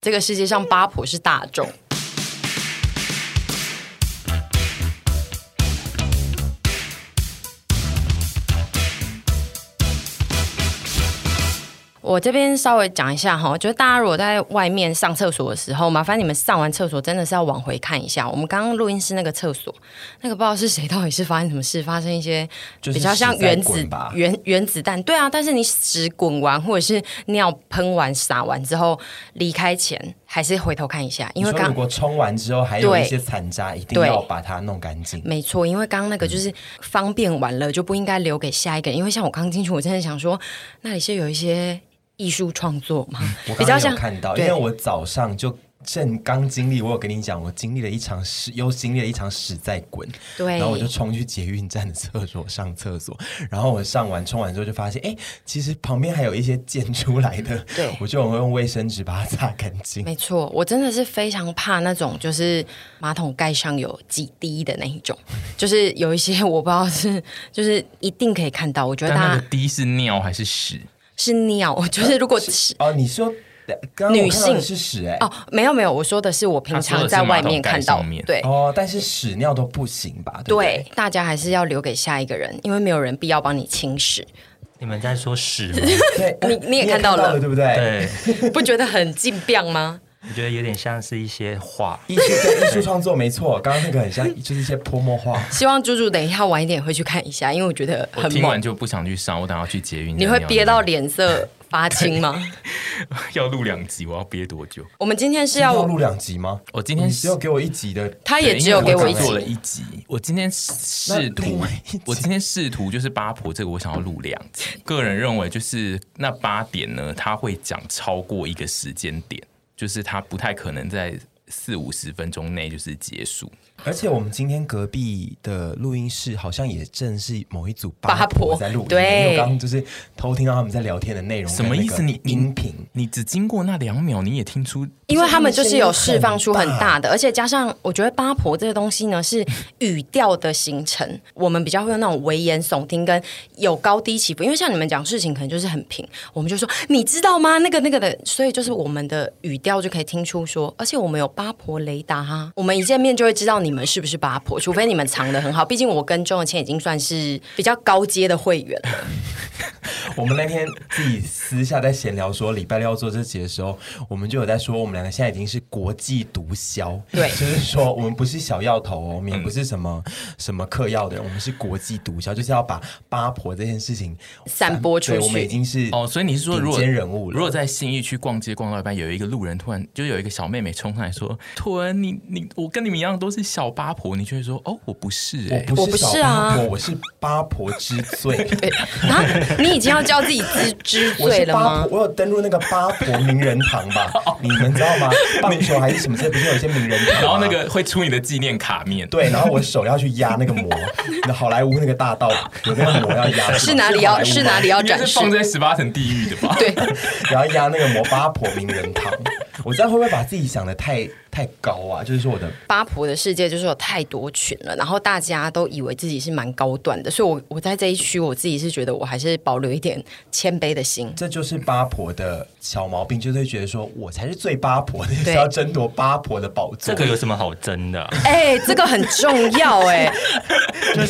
这个世界上八婆是大众。我这边稍微讲一下哈，就是大家如果在外面上厕所的时候，麻烦你们上完厕所真的是要往回看一下。我们刚刚录音室那个厕所，那个不知道是谁到底是发生什么事，发生一些就是比较像实在原子滚吧原原子弹，对啊。但是你屎滚完或者是尿喷完洒完之后，离开前还是回头看一下，因为你说刚如果冲完之后还有对一些残渣，一定对要把它弄干净。没错，因为刚刚那个就是呃方便完了就不应该留给下一个人，因为像我刚进去，我真的想说那里是有一些艺术创作嘛嗯我，比较刚刚有像看到，因对为我早上就正刚经历，我有跟你讲，我经历了一场屎，又经历了一场屎在滚，对然后我就冲去捷运站的厕所上厕所，然后我上完冲完之后就发现，哎，其实旁边还有一些溅出来的，对我就用卫生纸把它擦干净。没错，我真的是非常怕那种就是马桶盖上有几滴的那一种，就是有一些我不知道是就是一定可以看到，我觉得但那大个家滴是尿还是屎？是尿，就是如果是哦，你说刚刚我女看到性的是屎哎、哦没有没有，我说的是我平他说常的是在外面看马到桶盖上面，对。哦，但是屎尿都不行吧？对不对对，大家还是要留给下一个人，因为没有人必要帮你清 屎，你们在说屎 吗？对， 你你也看到了对不对？对，不觉得很劲棒吗？我觉得有点像是一些话。艺术对艺术创作没错，刚刚那个很像就是一些泼 墨画，希望猪猪等一下晚一点会去看一下，因为我觉得我很听完猛。就不想去上，我等下要去捷运。你会憋到？脸色发青吗？ 要录两集，我要憋多久？我们今天是要 要，录两集吗？我今天你只有给我一集的，他也对只有给我一因为集做了，一集。我今天试那另图外一集，我今天试图就是八婆这个，我想要录两集。个人认为，就是那八点呢，他会讲超过一个时间点，就是他不太可能在四五十分钟内就是结束。而且我们今天隔壁的录音室好像也正是某一组八婆在录音，对因为我刚刚就是偷听到他们在聊天的内容，什么意思？你你音频你只经过那两秒，你也听出因为他们就是有释放出很大的，而且加上我觉得八婆这个东西呢是语调的形成，我们比较会有那种危言耸听跟有高低起伏，因为像你们讲事情可能就是很平，我们就说你知道吗？那个那个的，所以就是我们的语调就可以听出说，而且我们有八婆雷达哈，我们一见面就会知道你们是不是八婆，除非你们藏的很好，毕竟我跟钟永谦已经算是比较高阶的会员了，我们那天自己私下在闲聊说礼拜六要做这集的时候，我们就有在说我们两个现在已经是国际毒枭，对就是说我们不是小药头哦，嗯我们也不是什么、什么嗑药的人，我们是国际毒枭，就是要把八婆这件事情散播出对我们已去。经是哦，所以你是说，如果顶尖人物了如果在信义区逛街逛到一半，有一个路人突然就有一个小妹妹冲上来说：“屯，你你我跟你们一样都是小八婆。”你就会说：“哦，我不是哎、欸。”我我不不是是小啊八婆，我是八婆之 最。对啊，你已经要叫自己知知 我罪是了八吗婆，？我有登录那个八婆名人堂 吧？你们知道吗？棒球还是什么？这不是有一些名人堂吗？哦然后那个会出你的纪念卡面，对，然后我手要去压那个膜，那好莱坞那个大道有那个膜要压，是哪里要是哪里啊要应该展是示？放在十八层地 狱的吧？ 对，然后压那个膜八婆名人堂。我这样会不会把自己想的太太高啊？就是说我的八婆的世界就是有太多群了，然后大家都以为自己是蛮高端的，所以我我在这一区，我自己是觉得我还是保留一点谦卑的心。这就是八婆的小毛病，就是会觉得说我才是最八婆的，就是对要争夺八婆的宝座。这个有什么好 争的啊、哎、这个很重要哎、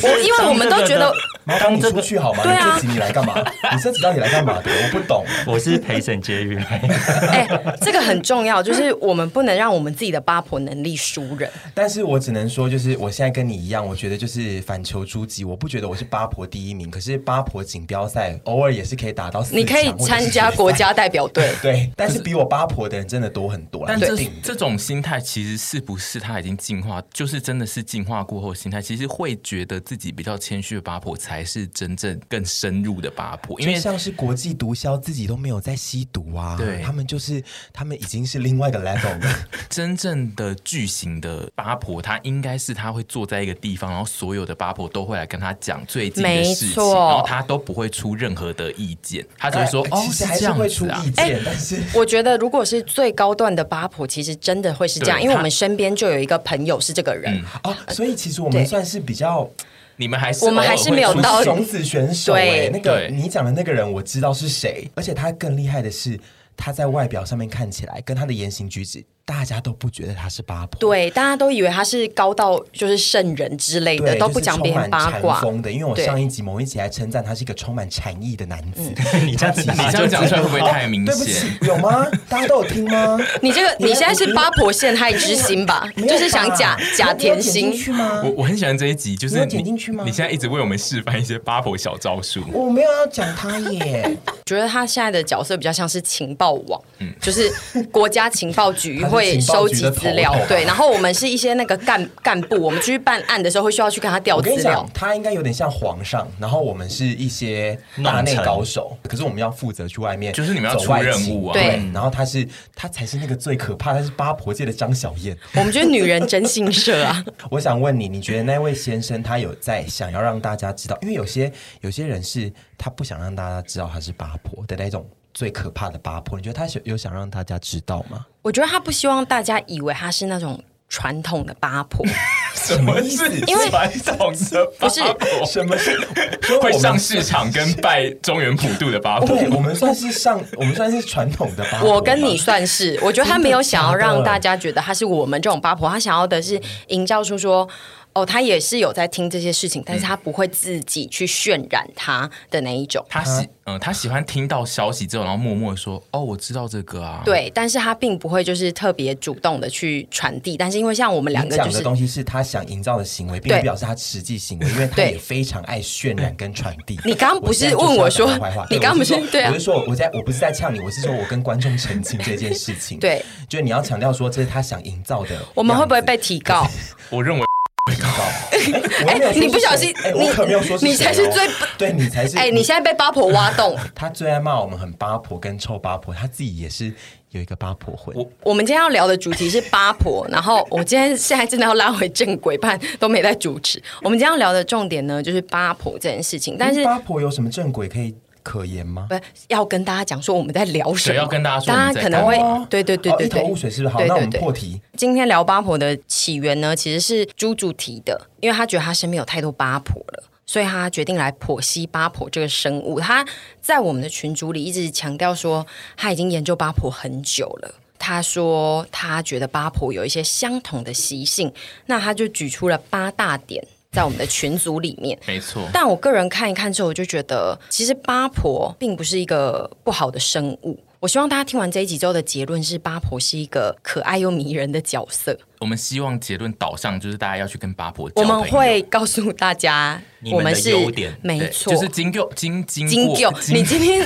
我因为我们都觉得麻烦你出去好吗？对啊你这集你来干 嘛？你这集到底来干嘛的？我不懂。我是陪审结语 来的。哎、这个很重要，就是我们不能让我们自己的八婆能力输人。但是我只能说，就是我现在跟你一样，我觉得就是反求诸己，我不觉得我是八婆第一名，可是八婆锦标赛偶尔也是可以打到四强你可以参加国。家代表 队，或者是决赛对，但是比我八婆的人真的多很多啦，但一这定的这种心态其实是不是他已经进化，就是真的是进化过后的心态，其实会觉得自己比较谦虚的八婆才是真正更深入的八婆，因为就像是国际毒枭自己都没有在吸毒啊，对他们就是他们已经是另外一个 level 了。真正的巨型的八婆，她应该是她会坐在一个地方，然后所有的八婆都会来跟她讲最近的事没情，错然后她都不会出任何的意见，啊她只会说、哎哦其实是还这是样会出子啊意。见，但是我觉得如果是最高段的八婆，其实真的会是这样，对因为我他们身边就有一个朋友是这个人，哦，所以其实我对们算是比较你们还是我们还是没有偶尔会出到种子选手哎、对那个对你讲的那个人我知道是谁，而且他更厉害的是，他在外表上面看起来，跟他的言行举止，大家都不觉得他是八婆。对，大家都以为他是高到就是圣人之类的，对，都不讲别人八卦。风的，因为我对上一集某一集还称赞他是一个充满禅意的男子。嗯你这样子， 你这样讲出来会不会太明啊对不显？起，有吗？大家都有听 吗？你这个，你现在是八婆陷害之心吧？ 没有就是想吧假假你有甜点心进。去吗我？我很喜欢这一集，就是你有你剪进去吗你现在一直为我们示范一些八婆小招数。我没有要讲他耶，觉得他现在的角色比较像是情报网，就是国家情报 局嗯他会是情收报局集的资料头头啊，对，然后我们是一些那个干干部，我们去办案的时候会需要去跟他调我资跟你料讲，。他应该有点像皇上，然后我们是一些大内高手，可是我们要负责去外面，嗯就是你们要出任务啊对然后他是他才是那个最可怕，他是八婆界的张小燕。我们觉得女人真心社啊， 我想问你，你觉得那位先生他有在想要让大家知道？因为有些有些人是他不想让大家知道他是八婆的那种最可怕的八婆，你觉得他有有想让大家知道吗？我觉得他不希望大家以为他是那种传统的八婆，什么意思？因为传统的不八是婆什么 是哦会上市场跟拜中原普渡的八婆？对，我们算是上，我们算是传统的八婆吧。我跟你算是，我觉得他没有想要让大家觉得他是我们这种八婆，他想要的是营造出说。哦，他也是有在听这些事情，但是他不会自己去渲染他的那一种。他喜嗯、他喜欢听到消息之后，然后默默地说：“哦，我知道这个啊。”，对，但是他并不会就是特别主动的去传递，但是因为像我们两你个讲就的是。东西是他想营造的行为，并对不表示他实际行为，因为他对嗯也非常爱渲染跟传递。你刚刚不是现在就是问我要讲他说坏话你对刚刚我不是说对啊我是说我在我不是在呛你，我是说我跟观众澄清这件事情。对，就是你要强调说这是他想营造的样子。我们会不会被提告？我认为我没有说是谁？你不小心哎你我可没有说谁哦，你才是最 对你才是哎、你现在被八婆挖洞。他最爱骂我们很八婆跟臭八婆，他自己也是有一个八婆魂。我我们今天要聊的主题是八婆，然后我今天现在真的要拉回正轨，不然都没在主持。我们今天要聊的重点呢，就是八婆这件事情，但是八婆有什么正轨可以可言吗？不要跟大家讲说我们在聊什么，对要跟大家说我大们家在可能干会、嘛对对对哦对一头对，雾水是不是？好，对那我们对对破题。今天聊八婆的起源呢，其实是猪猪提的，因为他觉得他身边有太多八婆了。所以他决定来剖析八婆这个生物。他在我们的群组里一直强调说，他已经研究八婆很久了。他说他觉得八婆有一些相同的习性，那他就举出了八大点在我们的群组里面。没错。但我个人看一看之后，我就觉得其实八婆并不是一个不好的生物。我希望大家听完这一集之后的结论是，八婆是一个可爱又迷人的角色。我们希望结论导向就是大家要去跟八婆交我朋友。们会告诉大家，你我们的是优点没对错，就是经过经经金过九。你今 天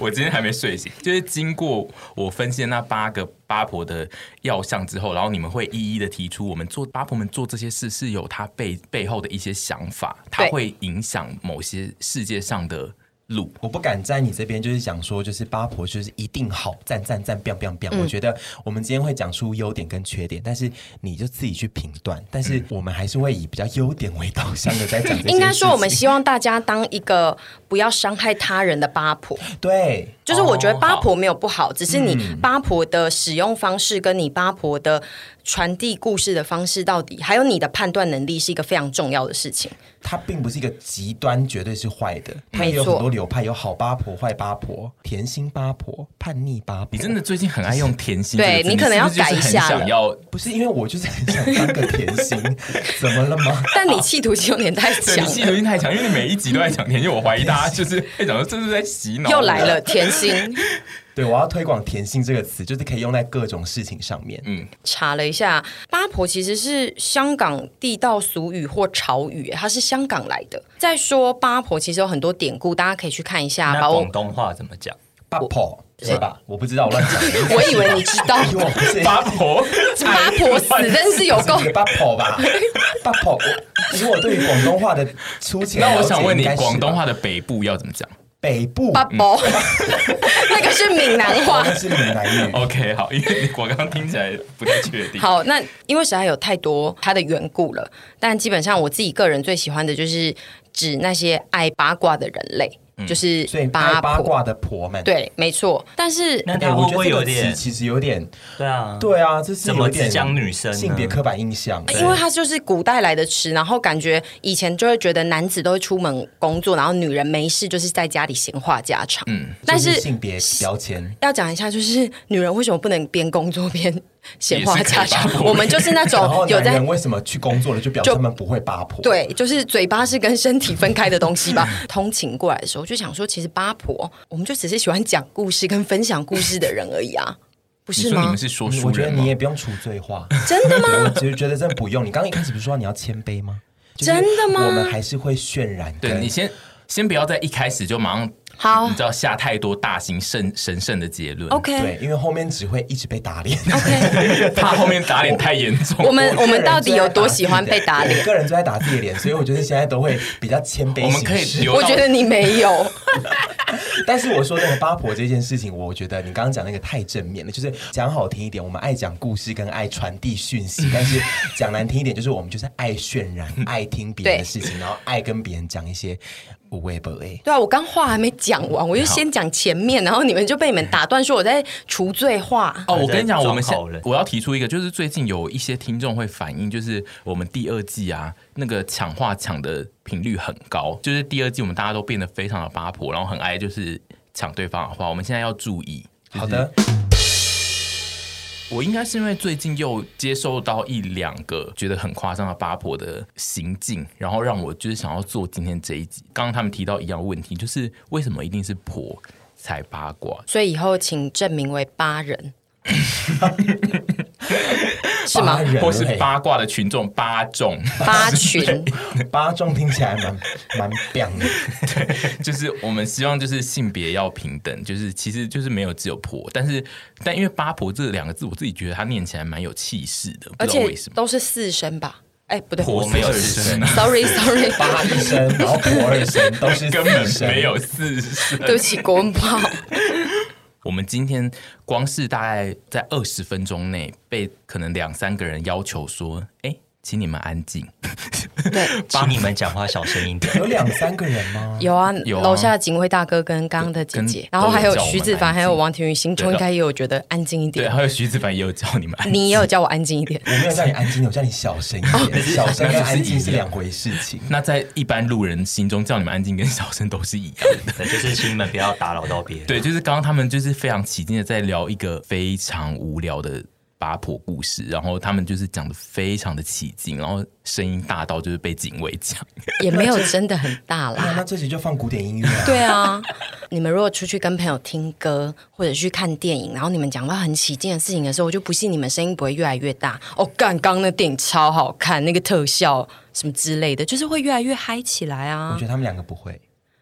我今天还没睡醒，就是经过我分析的那八个八婆的要项之后，然后你们会一一的提出，我们做八婆们做这些事是有它背背后的一些想法，它对会影响某些世界上的路。我不敢在你这边，就是讲说，就是八婆就是一定好，赞赞赞，biang biang biang。我嗯觉得我们今天会讲出优点跟缺点，但是你就自己去评断。但是我们还是会以比较优点为导向的在讲这件嗯应该说，我们事情希望大家当一个不要伤害他人的八婆。对就是我觉得哦八好婆没有不好，只是你八婆的使用方式跟你八婆的传递故事的方式到底，还有你的判断能力是一个非常重要的事情。它并不是一个极端，绝对是坏的。它没也有错很多流派，有好八婆、坏八婆、甜心八婆、叛逆八婆。你真的最近很爱用甜心这对个字，你可能是不是要改一下就是很想要不是因为我就是很想当个 甜心，怎么了吗？但你企图心有点太 强对你了吸毒性太强，因为你每一集都在讲甜心，我怀疑大家 就是会讲说这是在洗脑。又来了，甜心。对，我要推广“甜心”这个词，就是可以用在各种事情上面。查了一下，八婆其实是香港地道俗语或潮语，它是香港来的。再说八婆其实有很多典故，大家可以去看一下。那把我广东话怎么讲？八婆是吧？我不知道，我乱讲的。 我以为你知道 因为我不是八婆，八婆死真是有够是。八婆吧？八婆，我以我对于广东话的粗浅了解，那我想问你应该，是吧广东话的北部要怎么讲北部八婆，那个是闽南话。哦是闽南语。 ？OK，好，因为我刚刚听起来不太确定。好，那因为实在有太多它的缘故了，但基本上我自己个人最喜欢的就是指那些爱八卦的人类。就是所以爱八八婆。卦的婆们，对，没错。但是那哎，他我会觉不得会这有个词点？其实有点，对啊，对啊，这是怎么有点只讲女生呢性别刻板印象，因为它就是古代来的词，然后感觉以前就会觉得男子都会出门工作，然后女人没事就是在家里闲话家常。嗯，但就是性别标签。要讲一下，就是女人为什么不能边工作边闲话家也是可以发常？火我们就是那然后种哦有男在人为什么去工作了，就表示就他们不会八婆？，对，就是嘴巴是跟身体分开的东西吧。通勤过来的时候，就想说，其实八婆，我们就只是喜欢讲故事跟分享故事的人而已啊，不你是说你吗们？是说书嗯我觉得人你吗也？不用除罪化，真的吗？对，我其实觉得真的不用。你刚刚一开始不是说你要谦卑吗？就是真的吗我们还是会渲染跟。对你先先不要在一开始就马上好你知道下太多大型圣神圣的结论 OK 对，因为后面只会一直被打脸。 OK，怕后面打脸太严 重。我们我个们人啊到底最爱有多打自喜己欢的被打我脸？个人最爱打自己的脸，所以我觉得现在都会比较谦卑。我们可以留我到觉得你没 有。但是我说那个八婆这件事情，我觉得你刚刚讲那个太正面了，就是讲好听一点，我们爱讲故事跟爱传递讯息，但是讲难听一点，就是我们就是爱渲染、爱听别人的事情，然后爱跟别人讲一些无谓不谓。对啊，我刚话还没讲完，我就先讲前面，然后你们就被你们打断，说我在除罪化。哦，我跟你讲，装我们现好人我要提出一个，就是最近有一些听众会反映，就是我们第二季啊，那个抢话抢的频率很高，就是第二季我们大家都变得非常的八婆，然后很爱就是抢对方的话，我们现在要注意。就是好的，我应该是因为最近又接受到一两个觉得很夸张的八婆的行径，然后让我就是想要做今天这一集。刚刚他们提到一样的问题，就是为什么一定是婆才八卦？所以以后请证明为八 人，是吗八？人或是类八卦的群众八众，八群，八中听起来蛮蛮棒的，就是我们希望就是性别要平等，就是其实就是没有只有婆，但是但因为八婆这两个字，我自己觉得它念起来蛮有气势的，不而知道且为什么。都是四声吧？哎，不对婆没有四声啊声，，sorry sorry，八一声，然后婆二声，都是根本四声没。有 四声。对不起，国文不好。我们今天光是大概在二十分钟内被可能两三个人要求说，哎、请你们安静。对，请你们讲话小声一点。有两三个人吗？有啊，有啊楼下的警卫大哥跟刚刚的姐姐跟，然后还有都有叫我们徐子安凡，静还有王庭宇，心中对应的该也有觉得安静一对，点。还有徐子凡也有叫你们安静。你也有叫我安静一点。我没有叫你安静，我叫你小声一点。小声跟安静是两回事情。那在一般路人心中，叫你们安静跟小声都是一样的。对就是请你们不要打扰到别人。对，就是刚刚他们就是非常起劲的在聊一个非常无聊的八婆故事，然后他们就是讲的非常的起劲，然后声音大到就是被警卫讲。 也没有真的很大那那啦。这集就放古典音乐啊。对啊， 你们如果出去跟朋友听歌或者去看电影，然后你们讲到很起劲的事情的时候，我就不信你们声音不会越来越大。哦，干，刚刚那电影超好看，那个特效什么之类的，就是会越来越嗨起来我啊觉。得他们两个不会。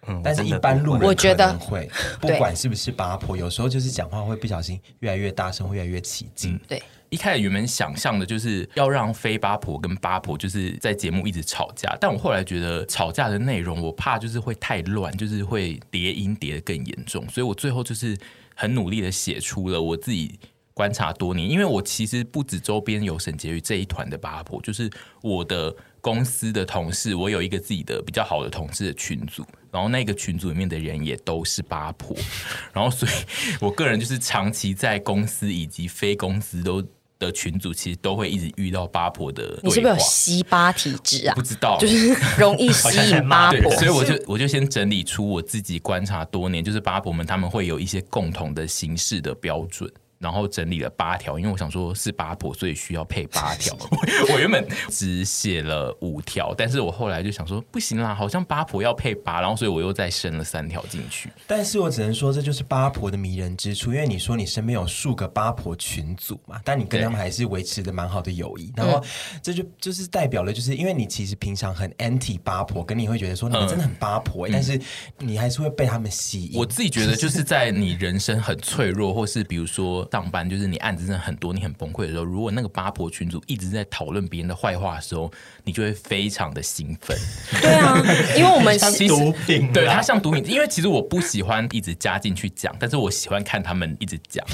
嗯，但是，一般路人我真的可能会，不对管是不是八婆，有时候就是讲话会不小心越来越大声，会越来越起劲。对，一开始原本想象的就是要让非八婆跟八婆就是在节目一直吵架，但我后来觉得吵架的内容我怕就是会太乱，就是会叠音叠得更严重，所以我最后就是很努力的写出了我自己。观察多年，因为我其实不止周边有沈婕妤这一团的八婆，就是我的公司的同事，我有一个自己的比较好的同事的群组，然后那个群组里面的人也都是八婆， 然后所以我个人就是长期在公司以及非公司都的群组，其实都会一直遇到八婆的对话。你是不是有吸巴体质啊不？知 道，就是容易吸引八对婆，，所以我就我就先整理出我自己观察多年，就是八婆们他们会有一些共同的形式的标准。然后整理了八条，因为我想说是八婆，所以需要配八 条。我我原本只写了五条，但是我后来就想说不行啦，好像八婆要配八，然后所以我又再升了三条进去。但是我只能说，这就是八婆的迷人之处，因为你说你身边有数个八婆群组嘛，但你跟对嗯他们还是维持的蛮好的友谊。然后这就就是代表了，就是因为你其实平常很 anti 八婆，跟你会觉得说你们嗯真的很八婆、欸但是你还是会被他们吸引。我自己觉得，就是在你人生很脆弱，或是比如说上班，就是你案子真的很多，你很崩溃的时候，如果那个八婆群主一直在讨论别人的坏话的时候，你就会非常的兴奋。对啊，因为我们像是毒品啊，对他像毒品，因为其实我不喜欢一直加进去讲，但是我喜欢看他们一直讲。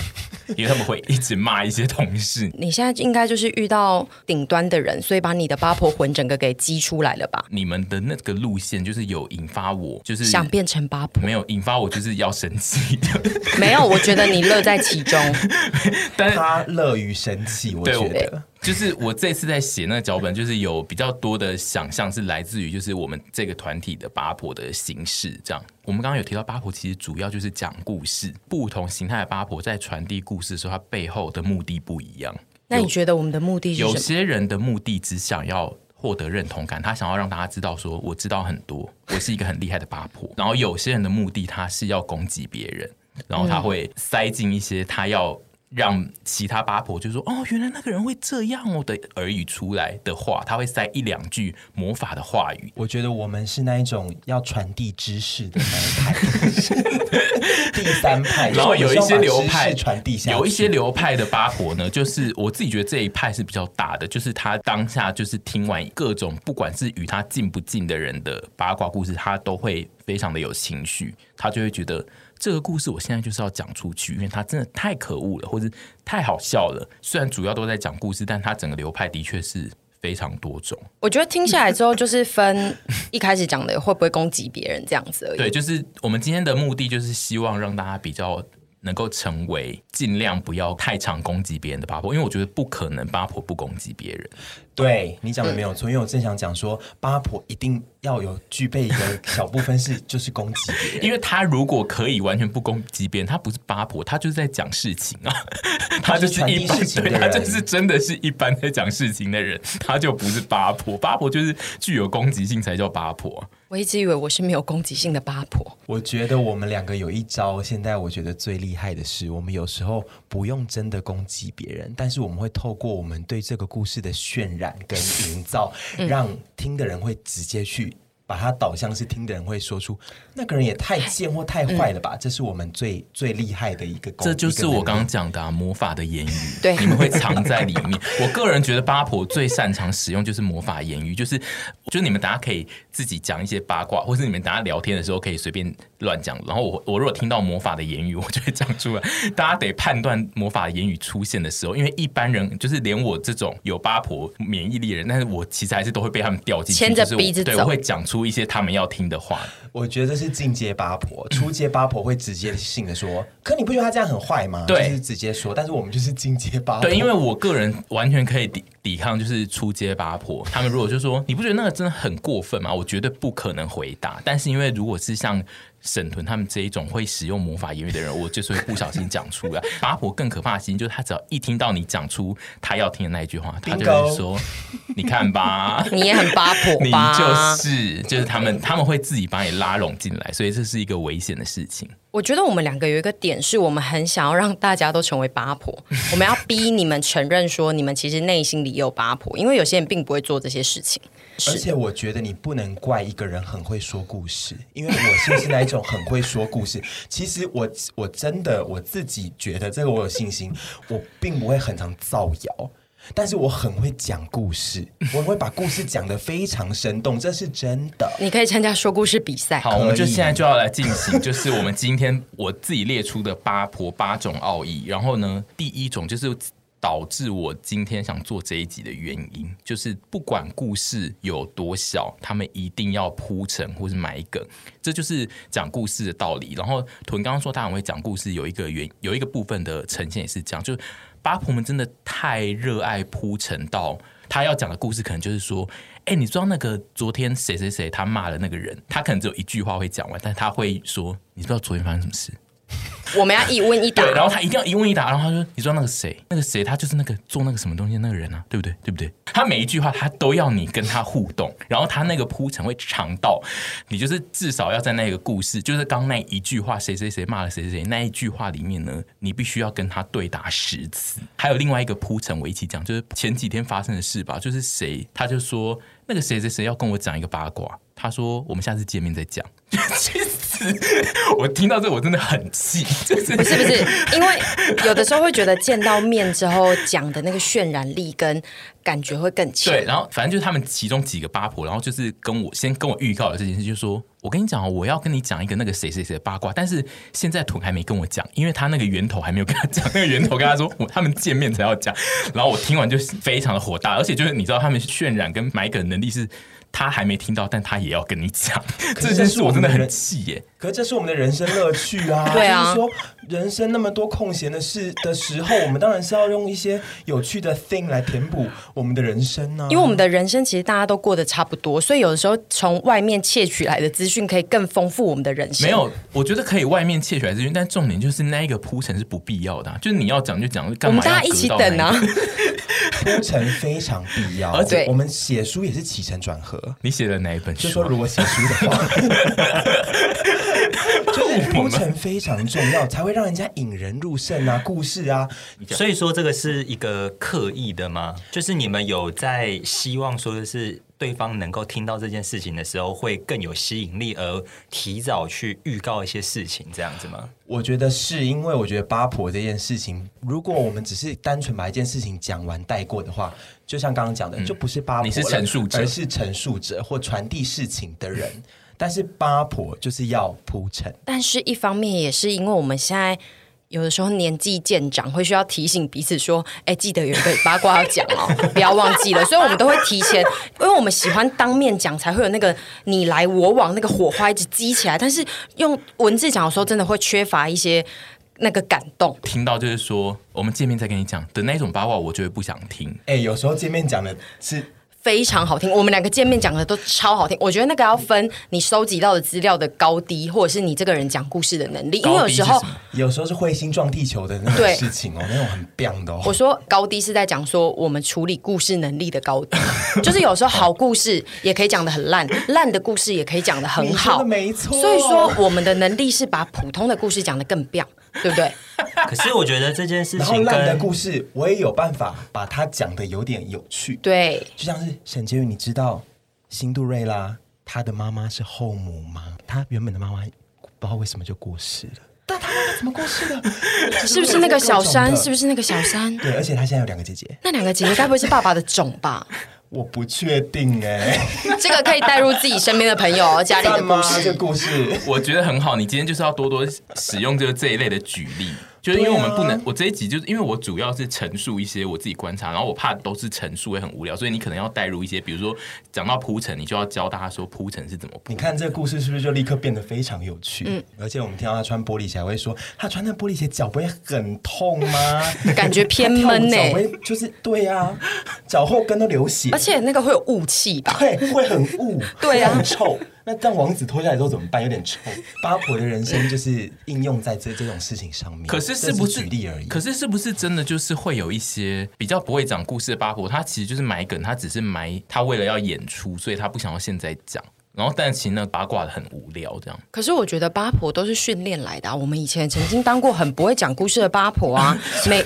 因为他们会一直骂一些同事。你现在应该就是遇到顶端的人，所以把你的八婆魂整个给激出来了吧？你们的那个路线就是有引发我，就是想变成八 婆？没有引发我就是要生气，没有，我觉得你乐在其中。但是他乐于生气，我对觉我得。就是我这次在写那个脚本，就是有比较多的想象是来自于就是我们这个团体的八婆的形式。这样，我们刚刚有提到八婆其实主要就是讲故事，不同形态的八婆在传递故事的时候，它背后的目的不一样。那你觉得我们的目的是有什么？些人的目的只想要获得认同感，他想要让大家知道说我知道很多，我是一个很厉害的八婆。然后有些人的目的他是要攻击别人，然后他会塞进一些他要让其他八婆就说哦，原来那个人会这样哦的耳语出来的话，他会塞一两句魔法的话语。我觉得我们是那一种要传递知识的那一派， 第三派。 然后有一些流就是我们是要把派知识传递下去，有一些流派的八婆呢，就是我自己觉得这一派是比较大的，就是他当下就是听完各种不管是与他近不近的人的八卦故事，他都会非常的有情绪，他就会觉得这个故事我现在就是要讲出去，因为他真的太可恶了，或者太好笑了。虽然主要都在讲故事，但他整个流派的确是非常多种。我觉得听下来之后，就是分一开始讲的会不会攻击别人这样子而已。对，就是我们今天的目的就是希望让大家比较能够成为尽量不要太常攻击别人的八婆，因为我觉得不可能八婆不攻击别人。对你讲的没有错，因为我正想讲说，八婆一定要有具备一个小部分是就是攻击别 人。因为他如果可以完全不攻击别人，他不是八婆，他就是在讲事情 啊，他就是传递一般事情的对，他人就是真的是一般在讲事情的人，他就不是八婆，八婆就是具有攻击性才叫八婆。我一直以为我是没有攻击性的八婆，我觉得我们两个有一招，现在我觉得最厉害的是，我们有时候不用真的攻击别人，但是我们会透过我们对这个故事的渲染跟营造，让听的人会直接去。把它导向是听的人会说出那个人也太贱或太坏了吧，这是我们最最厉害的一个功。这就是一我刚个能刚力讲的、啊、魔法的言语， 对你们会藏在里面。我个人觉得八婆最擅长使用就是魔法言语，就是就你们大家可以自己讲一些八卦，或是你们大家聊天的时候可以随便乱讲。然后我我如果听到魔法的言语，我就会讲出来。大家得判断魔法言语出现的时候，因为一般人就是连我这种有八婆免疫力的人，但是我其实还是都会被他们吊进去，牵着就是我鼻子对，走我会讲出一些他们要听的话。我觉得是进阶八婆，嗯初阶八婆会直接性的说，可你不觉得他这样很坏吗？对就是直接说，但是我们就是进阶八婆，啊对，因为我个人完全可以抵抵抗，就是出街八婆。他们如果就说你不觉得那个真的很过分吗？我绝对不可能回答。但是因为如果是像沈屯他们这一种会使用魔法言语的人，我就是会不小心讲出来。八婆更可怕的事情就是，他只要一听到你讲出他要听的那一句话，他就 Bingo 会说：“你看吧。”你也很八婆 你吧？就是就是他们，他们会自己把你拉拢进来，所以这是一个危险的事情。我觉得我们两个有一个点，是我们很想要让大家都成为八婆， 我们要逼你们承认说你们其实内心里也有八婆，因为有些人并不会做这些事情。而且我觉得你不能怪一个人很会说故事，因为我是不是那一种很会说故 事？其实我我真的我自己觉得这个我有信心，我并不会很常造谣。但是我很会讲故事，我会把故事讲得非常生动，这是真的。你可以参加说故事比赛，好，我们就可以现在就要来进行， 就是我们今天我自己列出的八婆八种奥义。然后呢，第一种就是导致我今天想做这一集的原因，就是不管故事有多小，他们一定要铺陈或是埋梗，这就是讲故事的道理。然后屯刚刚说他很会讲故事，有一个原有一个部分的呈现也是这样，就是八婆们真的太热爱铺陈到。他要讲的故事可能就是说，哎、你知道那个昨天谁谁谁他骂了那个人，他可能只有一句话会讲完，但他会说，你知道昨天发生什么事？我们要一问一答对，。然后他一定要一问一答，然后他说，你知道那个谁，那个谁，他就是那个做那个什么东西的那个人啊，对不对？对不对？他每一句话他都要你跟他互动，然后他那个铺陈会长到，你就是至少要在那个故事，就是刚那一句话谁谁谁骂了谁谁谁那一句话里面呢，你必须要跟他对答十次。还有另外一个铺陈，我一起讲，就是前几天发生的事吧，就是谁他就说那个谁谁谁要跟我讲一个八卦。他说：“我们下次见面再讲。” 去死！我听到这我真的很气，就是不是不是，因为有的时候会觉得见到面之后讲的那个渲染力跟感觉会更强。对，然后反正就是他们其中几个八婆，然后就是跟我先跟我预告的这件事，就是说我跟你讲哦，我要跟你讲一个那个谁谁谁的八卦，但是现在屯还没跟我讲，因为他那个源头还没有跟他讲，那个源头跟他说我他们见面才要讲，然后我听完就非常的火大，而且就是你知道他们渲染跟埋梗能力是。他还没听到，但他也要跟你讲是这件事，我真的很气耶、可是这是我们的人生乐趣啊！ 对啊就是说人生那么多空闲的事的时候，我们当然是要用一些有趣的 thing 来填补我们的人生呢、啊因为我们嗯的人生其实大家都过得差不多，所以有的时候从外面窃取来的资讯可以更丰富我们的人生。没有，我觉得可以外面窃取来资讯，但重点就是那一个铺陈是不必要的啊、就是你要讲就讲，我干们嘛大家要一隔起到那等个啊！ 铺陈非常必要，而且我们写书也是起承转合。你写了哪一本书就啊？说如果写书 的话，就是铺陈非常重要，才会让人家引人入胜啊，故事啊， 所以说这个是一个刻意的吗？就是你们有在希望说的是对方能够听到这件事情的时候会更有吸引力，而提早去预告一些事情这样 子吗？我觉得是因为我觉得八婆这件事情，如果我们只是单纯把一件事情讲完带过的话，就像刚刚讲的，就不是八婆了，你是陈述者而是陈述者或传递事情的人。 但是八婆就是要铺陈，但是，一方面也是因为我们现在有的时候年纪渐长，会需要提醒彼此说：“哎，记得有一个八卦要讲 哦，不要忘记了。”所以，我们都会提前，因为我们喜欢当面讲，才会有那个你来我往那个火花一直激起来。但是用文字讲的时候，真的会缺乏一些那个感动。听到就是说我们见面再跟你讲的那种八卦，我就会不想听。哎、有时候见面讲的是非常好听，我们两个见面讲的都超好听。我觉得那个要分你收集到的资料的高低，或者是你这个人讲故事的能力，因为有时候高低是什么有时候是彗星撞地球的那种对事情哦，那种很 biang 的我哦。说高低是在讲说我们处理故事能力的高低，就是有时候好故事也可以讲的很烂，烂的故事也可以讲的很你好说得，没错所以说我们的能力是把普通的故事讲的更棒，对不对？可是我觉得这件事然后情烂的跟故事，我也有办法把它讲的有点有趣。对，就像是沈婕妤，你知道辛杜瑞拉她的妈妈是后母吗？她原本的妈妈不知道为什么就过世了。但她妈妈怎么过世 的？是不是那个小山？是不不是那个小山？对，而且她现在有两个姐姐，那两个姐姐该不会是爸爸的种吧？我不确定哎、这个可以带入自己身边的朋友哦 家里的干故嘛哎这事。故事？我觉得很好，你今天就是要多多使用这个这一类的举例，就是因为我们不能，对啊我这一集就是因为我主要是陈述一些我自己观察，然后我怕都是陈述会很无聊，所以你可能要带入一些，比如说讲到铺陈，你就要教大家说铺陈是怎么铺你。看这个故事是不是就立刻变得非常有趣？嗯而且我们听到她穿玻璃鞋，还会说她穿那玻璃鞋脚不会很痛吗？ 感觉偏闷欸呢她跳舞脚会就是对啊，脚后跟都流血，而且那个会有雾气吧？对，会很雾，对啊会很臭。那但王子脱下来之后怎么办？有点臭。八婆的人生就是应用在这这种事情上面。可是这是是不是举例而已？可是是不是真的就是会有一些比较不会讲故事的八婆，他其实就是埋梗，他只是埋他为了要演出，所以他不想要现在讲。然后但其实那八卦的很无聊，这样可是我觉得八婆都是训练来的、啊，我们以前曾经当过很不会讲故事的八婆 啊，每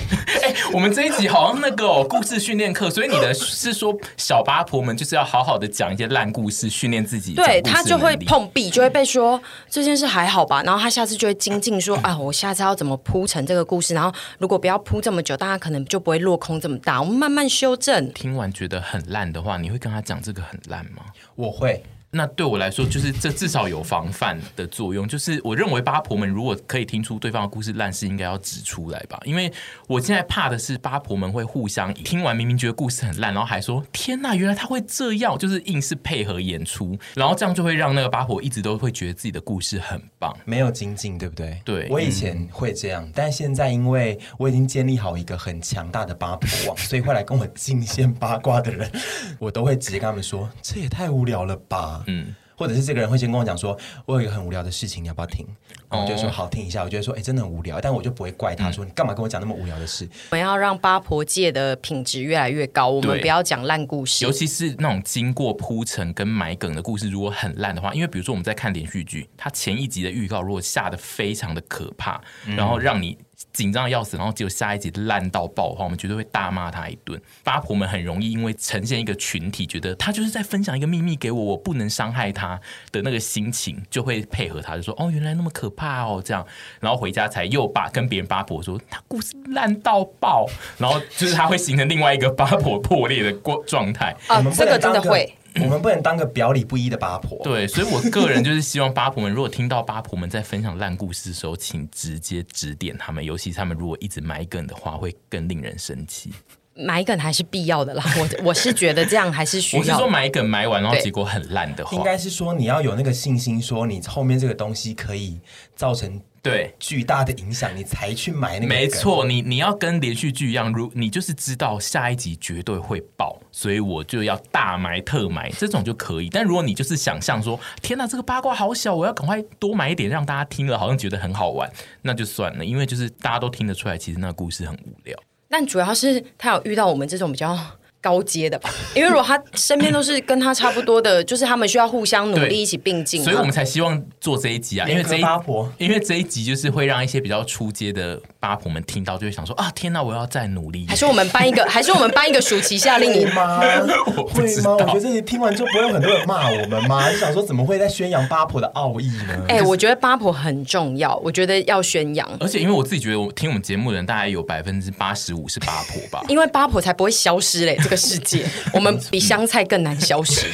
我们这一集好像那个、哦、故事训练课，所以你的是说小八婆们就是要好好的讲一些烂故事，训练自己讲故对事的能力。他就会碰壁，就会被说这件事还好吧，然后他下次就会精进说啊，我下次要怎么铺成这个故事，然后如果不要铺这么久，大家可能就不会落空这么大，我们慢慢修正。听完觉得很烂的话，你会跟他讲这个很烂吗？我会，那对我来说，就是这至少有防范的作用。就是我认为八婆们如果可以听出对方的故事烂，是应该要指出来吧。因为我现在怕的是八婆们会互相听完，明明觉得故事很烂，然后还说天呐，原来他会这样，就是硬是配合演出，然后这样就会让那个八婆一直都会觉得自己的故事很棒。没有精进，对不对？对我以前会这样，但现在因为我已经建立好一个很强大的八婆网，所以会来跟我进献八卦的人，我都会直接跟他们说：“这也太无聊了吧。”嗯。或者是这个人会先跟我讲说，我有一个很无聊的事情，你要不要听？然后我就说哦嗯好听一下。我就会说，哎、真的很无聊，但我就不会怪他说、你干嘛跟我讲那么无聊的事。我们要让八婆界的品质越来越高，我们对不要讲烂故事尤。其是那种经过铺陈跟埋梗的故事，如果很烂的话，因为比如说我们在看连续剧，它前一集的预告如果下的非常的可怕，然后让你紧张的要死，然后结果下一集烂到爆的话，我们绝对会大骂他一顿。八婆们很容易因为呈现一个群体，觉得他就是在分享一个秘密给我，我不能伤害他的那个心情，就会配合他，就说哦，原来那么可怕哦，这样，然后回家才又把跟别人八婆说他故事烂到爆，然后就是他会形成另外一个八婆破裂的过状态。啊我们，不这能个真当的会。，我们不能当个表里不一的八婆。对，所以我个人就是希望八婆们，如果听到八婆们在分享烂故事的时候，请直接指点他们，尤其他们如果一直埋梗的话，会更令人生气。埋梗还是必要的啦，我我是觉得这样还是需我是要说的。埋梗埋完，然后对结果很烂的应话，该是说你要有那个信心，说你后面这个东西可以造成对。巨大的影响，你才去买那个。没，错，你你要跟连续剧一样，如你就是知道下一集绝对会爆，所以我就要大埋特埋，这种就可以。但如果你就是想象说，天哪，这个八卦好小，我要赶快多买一点，让大家听了好像觉得很好玩，那就算了，因为就是大家都听得出来，其实那个故事很无聊。但主要是他有遇到我们这种比较高阶的吧，因为如果他身边都是跟他差不多的，就是他们需要互相努对力一起并进嘛。所以我们才希望做这一集啊，因联为这合一八婆因为这一集就是会让一些比较出街的八婆们听到，就会想说啊，天哪，我要再努力一点。还是我们办一个，还是我们办一个暑期夏令会营， 吗？不会知吗？我道觉得这些听完之后不会有很多人骂我们吗？就想说怎么会在宣扬八婆的奥义呢？哎、我觉得八婆很重要，我觉得要宣扬，而且因为我自己觉得，我听我们节目的人大概有百分之八十五是八婆 。吧因为八婆才不会消失嘞，这个世界，我们比香菜更难消失。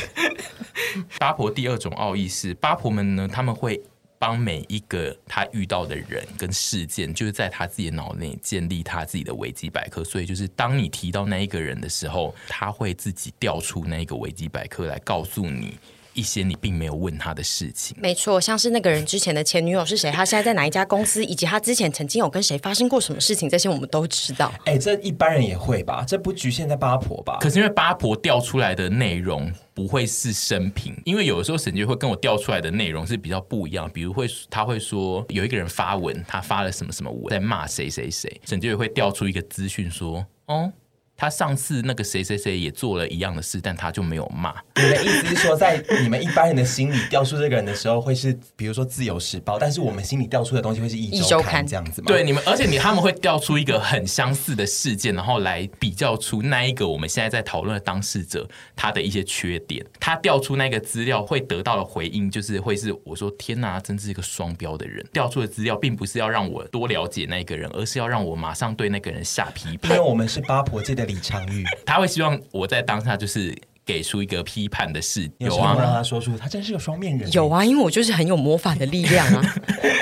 八婆第二种奥义是，八婆们呢，他们会帮每一个他遇到的人跟事件，就是在他自己的脑内建立他自己的维基百科。所以就是当你提到那一个人的时候，他会自己调出那一个维基百科来告诉你一些你并没有问他的事情。 没错，像是那个人之前的前女友是谁，他现在在哪一家公司，以及他之前曾经有跟谁发生过什么事情，这些我们都知道。哎、这一般人也会吧？这不局限在八婆吧？可是因为八婆调出来的内容不会是生平，因为有的时候沈杰会跟我调出来的内容是比较不一样，比如会他会说有一个人发文，他发了什么什么文，在骂谁谁谁，沈杰会调出一个资讯说，哦，他上次那个谁谁谁也做了一样的事，但他就没有骂，你的意思是说，在你们一般人的心里调出这个人的时候，会是比如说《自由时报》，但是我们心里调出的东西会是一一周周刊刊这样子吗？对，你们，而且你他们会调出一个很相似的事件，然后来比较出那一个我们现在在讨论的当事者他的一些缺点。他调出那个资料会得到的回应，就是会是我说天哪，真是一个双标的人。调出的资料并不是要让我多了解那个人，而是要让我马上对那个人下批因为判。我们是八婆界的李昌钰，他会希望我在当下就是给出一个批判的事。你有时候让啊，他说出他真是个双面人。欸有，啊，因为我就是很有魔法的力量啊。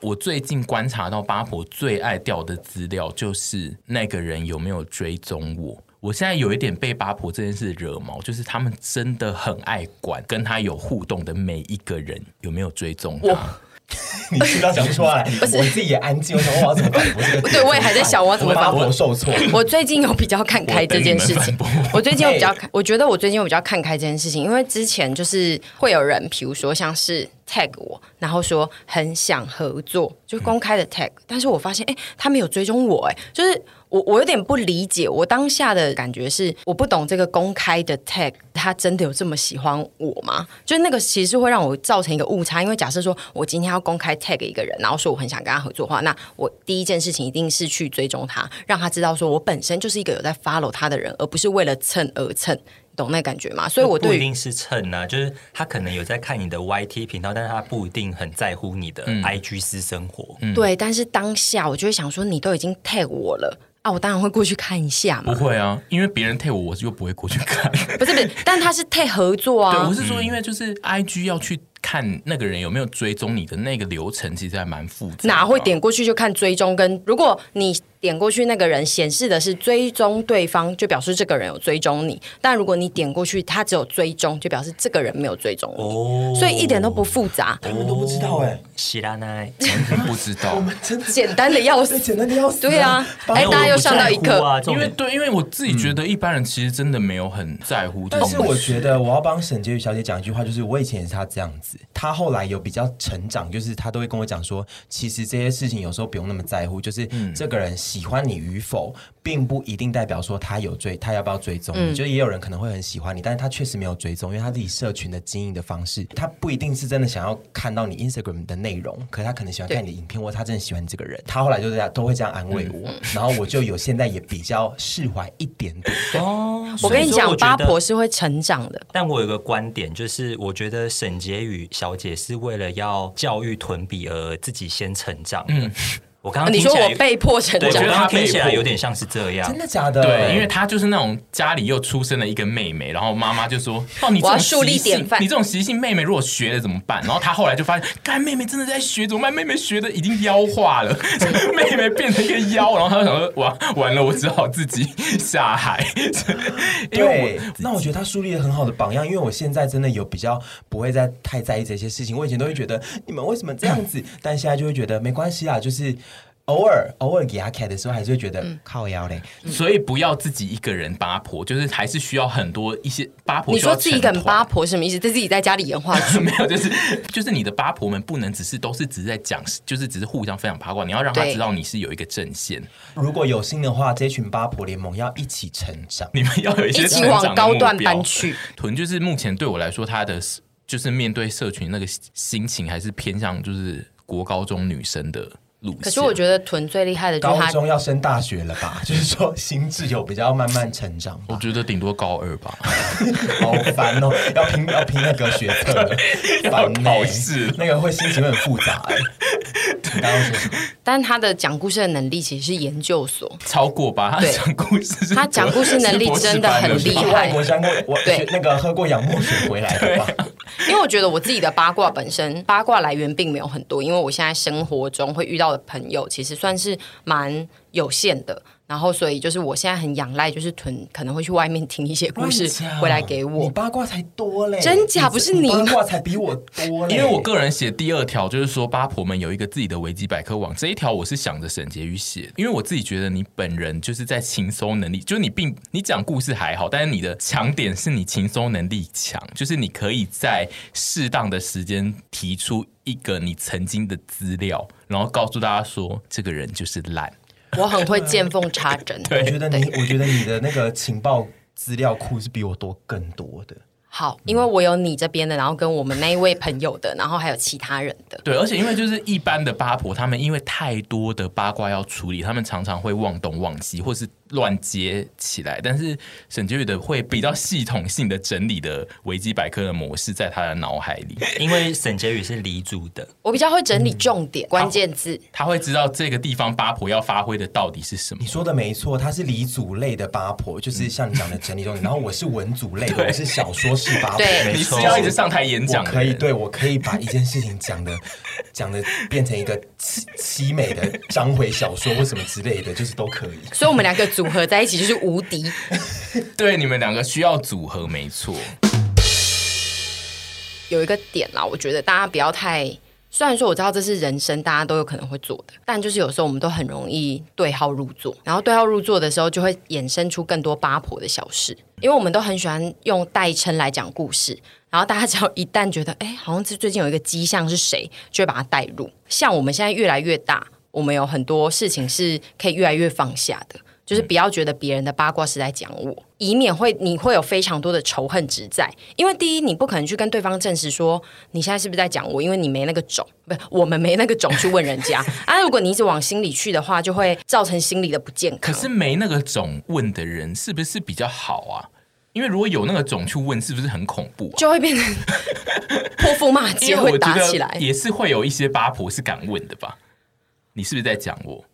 我最近观察到八婆最爱调的资料就是那个人有没有追踪我。我现在有一点被八婆这件事惹毛，就是他们真的很爱管跟他有互动的每一个人有没有追踪他。 你知道讲不出来，我自己也安静，我想我要怎么反驳这个？对我也还在想我要怎么八反驳婆受挫。我最近有比较看开这件事我等情你们反驳，我最近有比较看，我觉得我最近有比较看开这件事情，因为之前就是会有人，比如说像是 tag 我，然后说很想合作，就公开的 tag，、但是我发现哎、诶他没有追踪我、诶哎，就是。我我有点不理解，我当下的感觉是我不懂这个公开的 tag，他哎真的有这么喜欢我吗？就是那个其实会让我造成一个误差，因为假设说我今天要公开 tag 一个人，然后说我很想跟他合作的话，那我第一件事情一定是去追踪他，让他知道说我本身就是一个有在 follow 他的人，而不是为了蹭而蹭，懂那感觉吗？所以我不对一于定是蹭啊，就是他可能有在看你的 YT 频道，但是他不一定很在乎你的 IG 私生活。对，但是当下我就会想说，你都已经 tag 我了啊，我当然会过去看一下不嘛。会啊，因为别人退我，我又不会过去看。不是不是，但他是 tag 合作啊。对，我是嗯说，因为就是 I G 要去看那个人有没有追踪你的那个流程，其实还蛮复杂的。哪哦会点过去就看追踪跟？如果你点过去，那个人显示的是追踪对方，就表示这个人有追踪你；但如果你点过去，他只有追踪，就表示这个人没有追踪你。哦所以一点都不复杂，他们都不知道哎、希拉奈，不知道 我？们真的简单的要死 最。简单的要死。对啊，没哎，有大家又上到一我不在乎课。啊，重因为点对，因为我自己觉得一般人其实真的没有很在乎这嗯但种是东哦我西。觉得我要帮沈婕妤小姐讲一句话，就是我以前也是她这样子，子。他后来有比较成长，就是他都会跟我讲说，其实这些事情有时候不用那么在乎，就是这个人喜欢你与否，并不一定代表说他有追，他要不要追踪你。就也有人可能会很喜欢你，但是他确实没有追踪，因为他自己社群的经营的方式，他不一定是真的想要看到你 Instagram 的内容，可是他可能喜欢看你的影片，或者他真的喜欢你这个人。他后来就这样都会这样安慰我，然后我就有现在也比较释怀一点点。哦，我跟你所以说讲，我觉八得婆是会成长的。但我有个观点，就是我觉得沈婕妤小姐是为了要教育屯比而自己先成长。嗯，我刚刚你听说起来我被迫成对，我长觉我觉得得她她听起来被迫有点像是这样真。的假的？对，因为她就是那种家里又出生了一个妹妹，然后妈妈就说：“哦，你这我要种树立习性典范你这种习性，妹妹如果学了怎么办？”然后她后来就发现，干妹妹真的在学，怎么办？妹妹学的已经妖化了， 妹妹变成一个妖，然后她就想说：“完完了，我只好自己下海。” 因为对，那我觉得他树立了很好的榜样，因为我现在真的有比较不会再太在意这些事情。我以前都会觉得你们为什么这样子，但现在就会觉得没关系啦，就是偶尔偶尔给他开的时候，还是会觉得、嗯靠腰嘞。我所以不要自己一个人八婆，就是还是需要很多一些八婆。你说自己一个人八八。。婆是什么意思？自己在家里演话 剧 没有，就是就是你的八婆们不能只是都是只是在讲，就是只是互相分享八卦，你要让她对知道你是有一个阵线。如果有心的话，这群八婆联盟要一起成长。 你们要有一些一起成长的往高目段标班去。屯就是目前对我来说，他的就是面对社群那个心情，还是偏向就是国高中女生的路线。可是我觉得屯最厉害的就是高他中要升大学了吧？ 就是说心智有比较慢慢成长我吧。觉得顶多高二吧， 好烦哦，要拼要拼那个学测了，烦呢、考试那个会心情会很复杂、欸。你刚刚说什么？但他的讲故事的能力其实是研究所，超过吧。他对讲故事是博，他讲故事能力是博士真的班很厉你害去外国香过我对那个喝过洋墨水回来的吧？因为我觉得我自己的八卦本身八卦来源并没有很多，因为我现在生活中会遇到的朋友其实算是蛮有限的，然后所以就是我现在很仰赖就是屯可能会去外面听一些故事乱讲回来给你我。八卦才多嘞，真假不是你八卦才比我多嘞，因为我个人写第二条，就是说八婆们有一个自己的维基百科网，这一条我是想着沈婕妤写，因为我自己觉得你本人就是在情搜能力，就是你并你讲故事还好，但是你的强点是你情搜能力强，就是你可以在适当的时间提出一个你曾经的资料，然后告诉大家说这个人就是烂。我很会见缝插针。我觉得你，我觉得你的那个情报资料库是比我多更多的。好，因为我有你这边的，然后跟我们那一位朋友的，然后还有其他人的。对，而且因为就是一般的八婆，他们因为太多的八卦要处理，他们常常会忘东忘西，或是乱接起来。但是沈婕妤的会比较系统性的整理的维基百科的模式，在她的脑海里，因为沈婕妤是黎族的，我比较会整理重点、关键字。她会知道这个地方八婆要发挥的到底是什么你。说的没错，她是黎族类的八婆，就是像你讲的整理中 然后我是文族类的，我是小说式八婆，对你没是错要一直上台演我讲的可以，人对我可以把一件事情讲的讲的变成一个凄凄美的章回小说或什么之类的，就是都可以。所以我们两个组合在一起就是无敌。对，你们两个需要组合，没错。有一个点啦，我觉得大家不要太。虽然说我知道这是人生，大家都有可能会做的，但就是有时候我们都很容易对号入座，然后对号入座的时候，就会衍生出更多八婆的小事，因为我们都很喜欢用代称来讲故事，然后大家只要一旦觉得，哎、好像是最近有一个迹象是谁，就会把它带入。像我们现在越来越大，我们有很多事情是可以越来越放下的，就是嗯不要觉得别人的八卦是在讲我，以免会你会有非常多的仇恨值在。因为第一，你不可能去跟对方证实说你现在是不是在讲我，因为你没那个种，不，我们没那个种去问人家 啊。如果你一直往心里去的话，就会造成心理的不健可康。是没那个种问的人，是不是比较好啊？因为如果有那个种去问，是不是很恐怖啊？就会变 成泼妇骂街，因为会我觉打得起来。也是会有一些八婆是敢问的吧？你是不是在讲 我？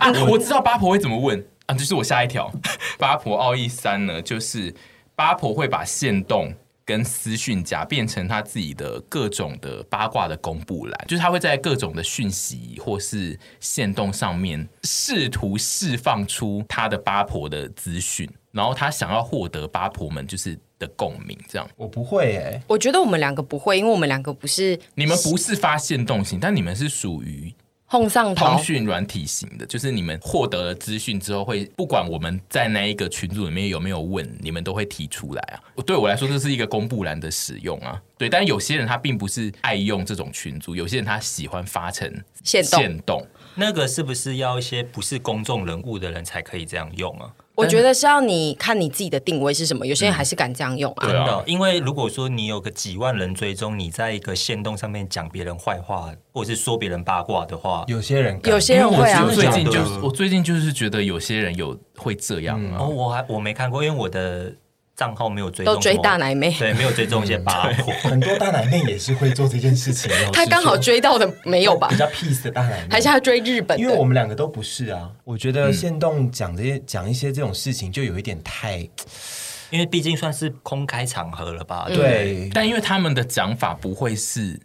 啊，我知道八婆会怎么问啊，就是我下一条 八婆奥义三呢，就是八婆会把线动。跟私讯夹变成她自己的各种的八卦的公布栏，就是她会在各种的讯息或是线动上面试图释放出她的八婆的资讯，然后她想要获得八婆们就是的共鸣，这样。我不会哎、我觉得我们两个不会，因为我们两个不是你们不是发现动型，但你们是属于哄上通头，讯软体型的，就是你们获得了资讯之后会，不管我们在那一个群组里面有没有问，你们都会提出来啊。对我来说，这是一个公布栏的使用啊。对，但有些人他并不是爱用这种群组，有些人他喜欢发成限动动那个是不是要一些不是公众人物的人才可以这样用啊？我嗯觉得是要你看你自己的定位是什么，有些人还是敢这样用啊。对真啊的，因为如果说你有个几万人追踪，你在一个线动上面讲别人坏话，或者是说别人八卦的话，有些人敢有些人因为会啊嗯我，最近就真的是我最近就是觉得有些人有会这样啊。哦，我还我没看过，因为我的账号没有追踪什么，都追大奶妹，对，没有追踪一些八 卦。很多大奶妹也是会做这件 事情。老实她刚好说追到的没有吧比？较 peace 的大奶妹，还是她追日本嗯因为我的？们两个都不是啊。我觉得限动讲这些讲一些这种事情，就有一点太因为毕竟算是公开场合了吧？嗯对，对。但因为他们的讲法不会是，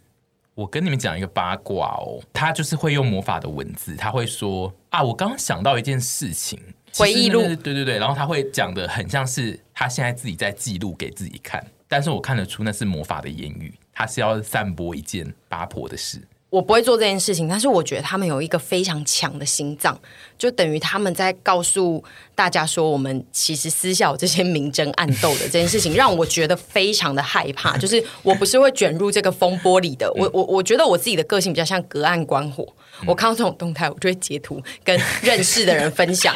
我跟你们讲一个八卦哦，他就是会用魔法的文字，他会说啊，我刚刚想到一件事情，回忆录其实那个对对对，然后他会讲的很像是他现在自己在记录给自己看，但是我看得出那是魔法的言语，他是要散播一件八婆的事。我不会做这件事情，但是我觉得他们有一个非常强的心脏，就等于他们在告诉大家说，我们其实私下有这些明争暗斗的这件事 情，让我觉得非常的害怕。就是我不是会卷入这个风波里的，嗯我我我觉得我自己的个性比较像隔岸观火，我看到这种动态，我就会截图跟认识的人分享。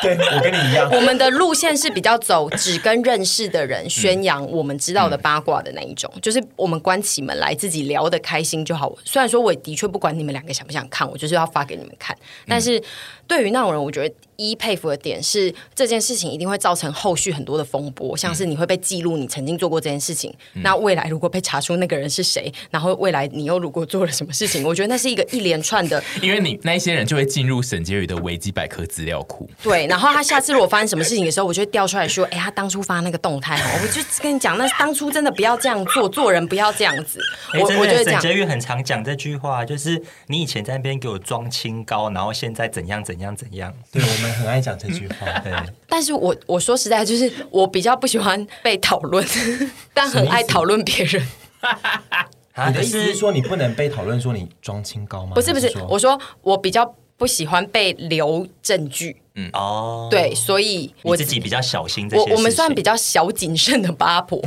对，我跟你一样。我们的路线是比较走只跟认识的人宣扬我们知道的八卦的那一种，就是我们关起门来自己聊得开心就好。虽然说我的确不管你们两个想不想看，我就是要发给你们看。但是对于那种人，我觉得一佩服的点是这件事情一定会造成后续很多的风波，像是你会被记录你曾经做过这件事情，那未来如果被查出那个人是谁，然后未来你又如果做了什么事情，我觉得那是一个一连串的因为你那一些人就会进入沈婕妤的维基百科资料库，对，然后他下次如果发生什么事情的时候，我就会调出来说，哎、他当初发那个动态哦，我就跟你讲，那当初真的不要这样做，做人不要这样子。我哎，真我就的，会这沈样婕。妤很常讲这句话，就是你以前在那边给我装清高，然后现在怎样怎样怎样。对，我们很爱讲这句话。 对，但是我我说实在，就是我比较不喜欢被讨论，但很爱讨论别人。啊你的可意思是是说你不能被讨论说你装清高吗？不是不还是说，我说我比较不喜欢被留证据。哦，，对，所以我我自己比较小心这些我事情。我们算比较小谨慎的八婆，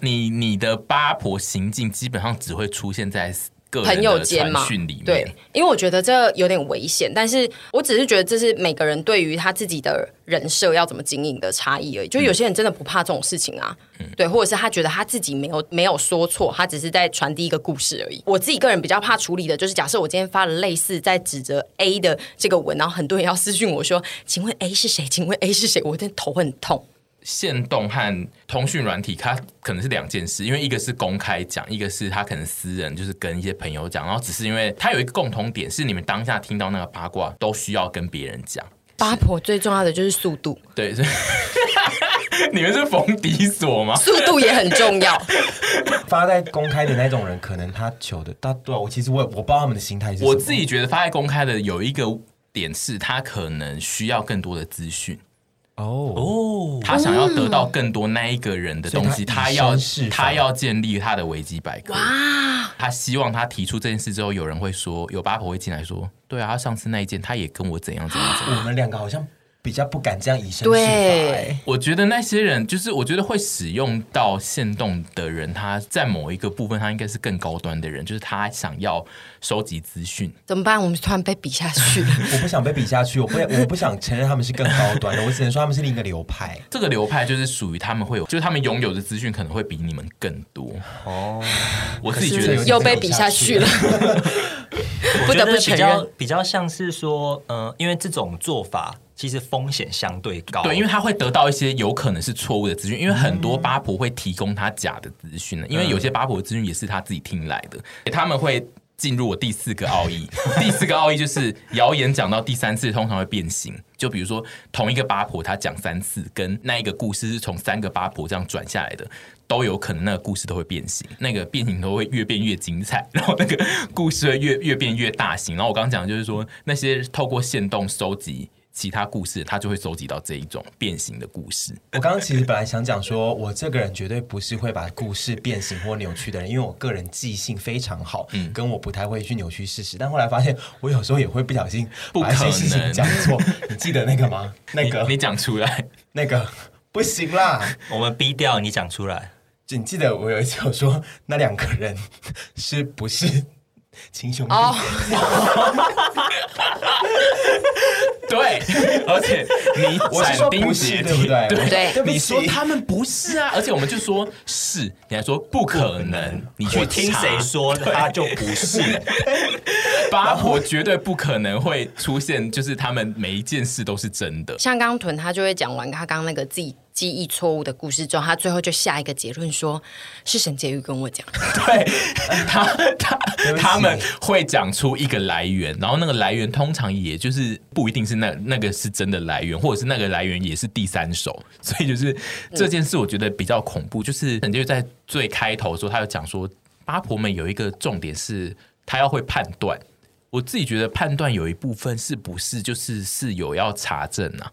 你你的八婆行径基本上只会出现在个人朋友的间传嘛讯里面，，对，因为我觉得这有点危险，但是我只是觉得这是每个人对于他自己的人设要怎么经营的差异而已。就有些人真的不怕这种事情啊，嗯对，或者是他觉得他自己没有没有说错，他只是在传递一个故事而已。我自己个人比较怕处理的就是，假设我今天发了类似在指责 A 的这个文，然后很多人要私讯我说：“请问 A 是谁？请问 A 是谁？”我真的头很痛。线动和通讯软体，它可能是两件事，因为一个是公开讲，一个是他可能私人就是跟一些朋友讲，然后只是因为它有一个共同点，是你们当下听到那个八卦都需要跟别人讲，八婆最重要的就是速度，对， 所以你们是逢敌所吗？速度也很重 要。发在公开的那种人，可能他求的，他对啊我其实我也我不知道他们的心态是什么。我自己觉得发在公开的有一个点是，他可能需要更多的资讯。哦，哦，他想要得到更多那一个人的东西，所以他他要以身试法他要建立他的维基百科。啊他希望他提出这件事之后，有人会说，有八婆会进来说，对啊，他上次那一件他也跟我怎样怎样怎样。我们两个好像比较不敢这样以身试法。哎对，我觉得那些人，就是我觉得会使用到限动的人，他在某一个部分，他应该是更高端的人，就是他想要收集资讯。怎么办？我们突然被比下去了。我不想被比下去，我不 我不想承认他们是更高端的，我只能说他们是另一个流派。这个流派就是属于他们会有，就是他们拥有的资讯可能会比你们更多。哦，我自己觉得又被比下去了，不我觉得不得承比认较。比较像是说，呃，因为这种做法其实风险相对高，对，因为他会得到一些有可能是错误的资讯，因为很多八婆会提供他假的资讯啊呢，因为有些八婆的资讯也是他自己听来的，他们会。进入我第四个奥义，第四个奥义就是谣言讲到第三次通常会变形。就比如说同一个八婆她讲三次，跟那一个故事是从三个八婆这样转下来的，都有可能那个故事都会变形，那个变形都会越变越精彩，然后那个故事会越越变越大型。然后我刚刚讲的就是说那些透过线动收集其他故事，他就会收集到这一种变形的故事。我刚刚其实本来想讲说，我这个人绝对不是会把故事变形或扭曲的人，因为我个人记性非常好，嗯跟我不太会去扭曲事实。但后来发现，我有时候也会不小心不把一些可事情能讲错。你记得那个吗？那 你个你讲出来， 那个不行啦！我们逼掉你讲出来，就你记得我有一次有说那两个人是不是 亲兄弟？哦，对，而且你我是斩说钉不截是，铁，对不对？对对不起你说他们不是啊，而且我们就说是，你还说不可能，你去我听查谁说他就不是，八婆绝对不可能会出现，就是他们每一件事都是真的。像刚刚屯他就会讲完他刚刚那个自己记忆错误的故事之后，他最后就下一个结论说是沈婕妤跟我讲， 对，他他不起他们会讲出一个来源，然后那个来源通常也就是不一定是那那个是真的来源，或者是那个来源也是第三手，所以就是这件事我觉得比较恐怖。就是沈就在最开头的时候，他有讲说八婆们有一个重点是，他要会判断。我自己觉得判断有一部分是不是就是是有要查证啊，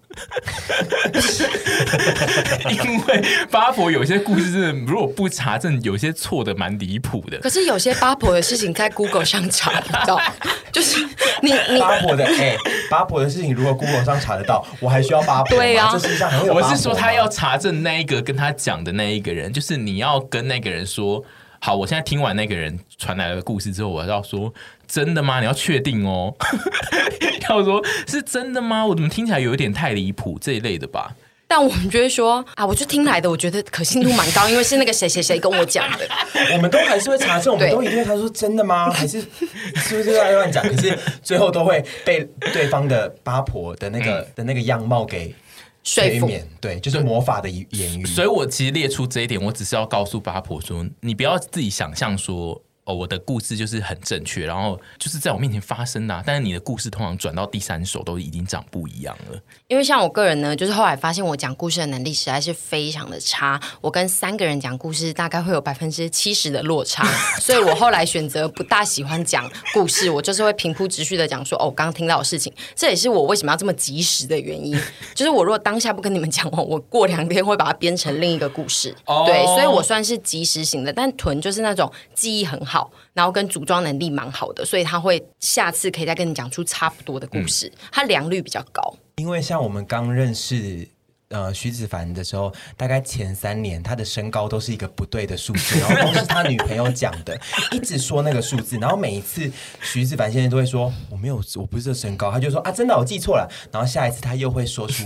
因为八婆有些故事真的如果不查证，有些错的蛮离谱的。可是有些八婆的事情在 Google 上查不到， 就是你你八婆的哎、八婆的事情，如果 Google 上查得到，我还需要八婆吗？对啊这世界上还会有 我八婆吗是说，他要查证那一个跟他讲的那一个人，就是你要跟那个人说，好，我现在听完那个人传来的故事之后，我要说真的吗？你要确定哦， 要说是真的吗？我怎么听起来有一点太离谱这一类的吧？嗯但我们就会说啊，我就听来的，我觉得可信度蛮高，因为是那个谁谁谁跟我讲的。我们都还是会查证，我们对都一定会他说真的吗？还是是不是在乱讲？可是最后都会被对方的八婆的那个、的那个样貌给说催服眠，对，就是魔法的言语。所以我其实列出这一点，我只是要告诉八婆说，你不要自己想象说。哦，我的故事就是很正确，然后就是在我面前发生的啊、但是你的故事通常转到第三手都已经长不一样了。因为像我个人呢，就是后来发现我讲故事的能力实在是非常的差，我跟三个人讲故事大概会有百分之七十的落差，所以我后来选择不大喜欢讲故事，我就是会平铺直叙的讲说，哦，我刚刚听到的事情，这也是我为什么要这么及时的原因，就是我如果当下不跟你们讲完，我过两天会把它编成另一个故事，哦对，所以我算是及时型的，但屯就是那种记忆很好，然后跟组装能力蛮好的，所以他会下次可以再跟你讲出差不多的故事，他良率比较高。因为像我们刚认识呃徐子凡的时候，大概前三年他的身高都是一个不对的数字，然后都是他女朋友讲的， 一直说那个数字，然后每一次徐子凡先生都会说我没有，我不是这身高，他就说啊真的我记错了，然后下一次他又会说出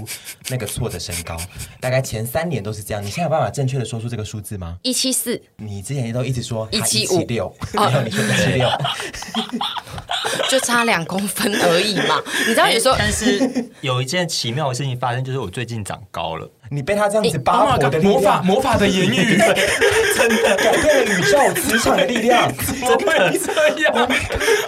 那个错的身高，大概前三年都是这样。你现在有办法正确的说出这个数字吗？一七四，你之前都一直说他175七哦六，然后你说一七 六，就差两公分而已 嘛。你知道有时候哎但是 有一件奇妙的事情发生，就是我最近长高了。你被他这样子八婆的力魔法量。魔法的言语，改变了宇宙磁场的力量， 怎么会这样？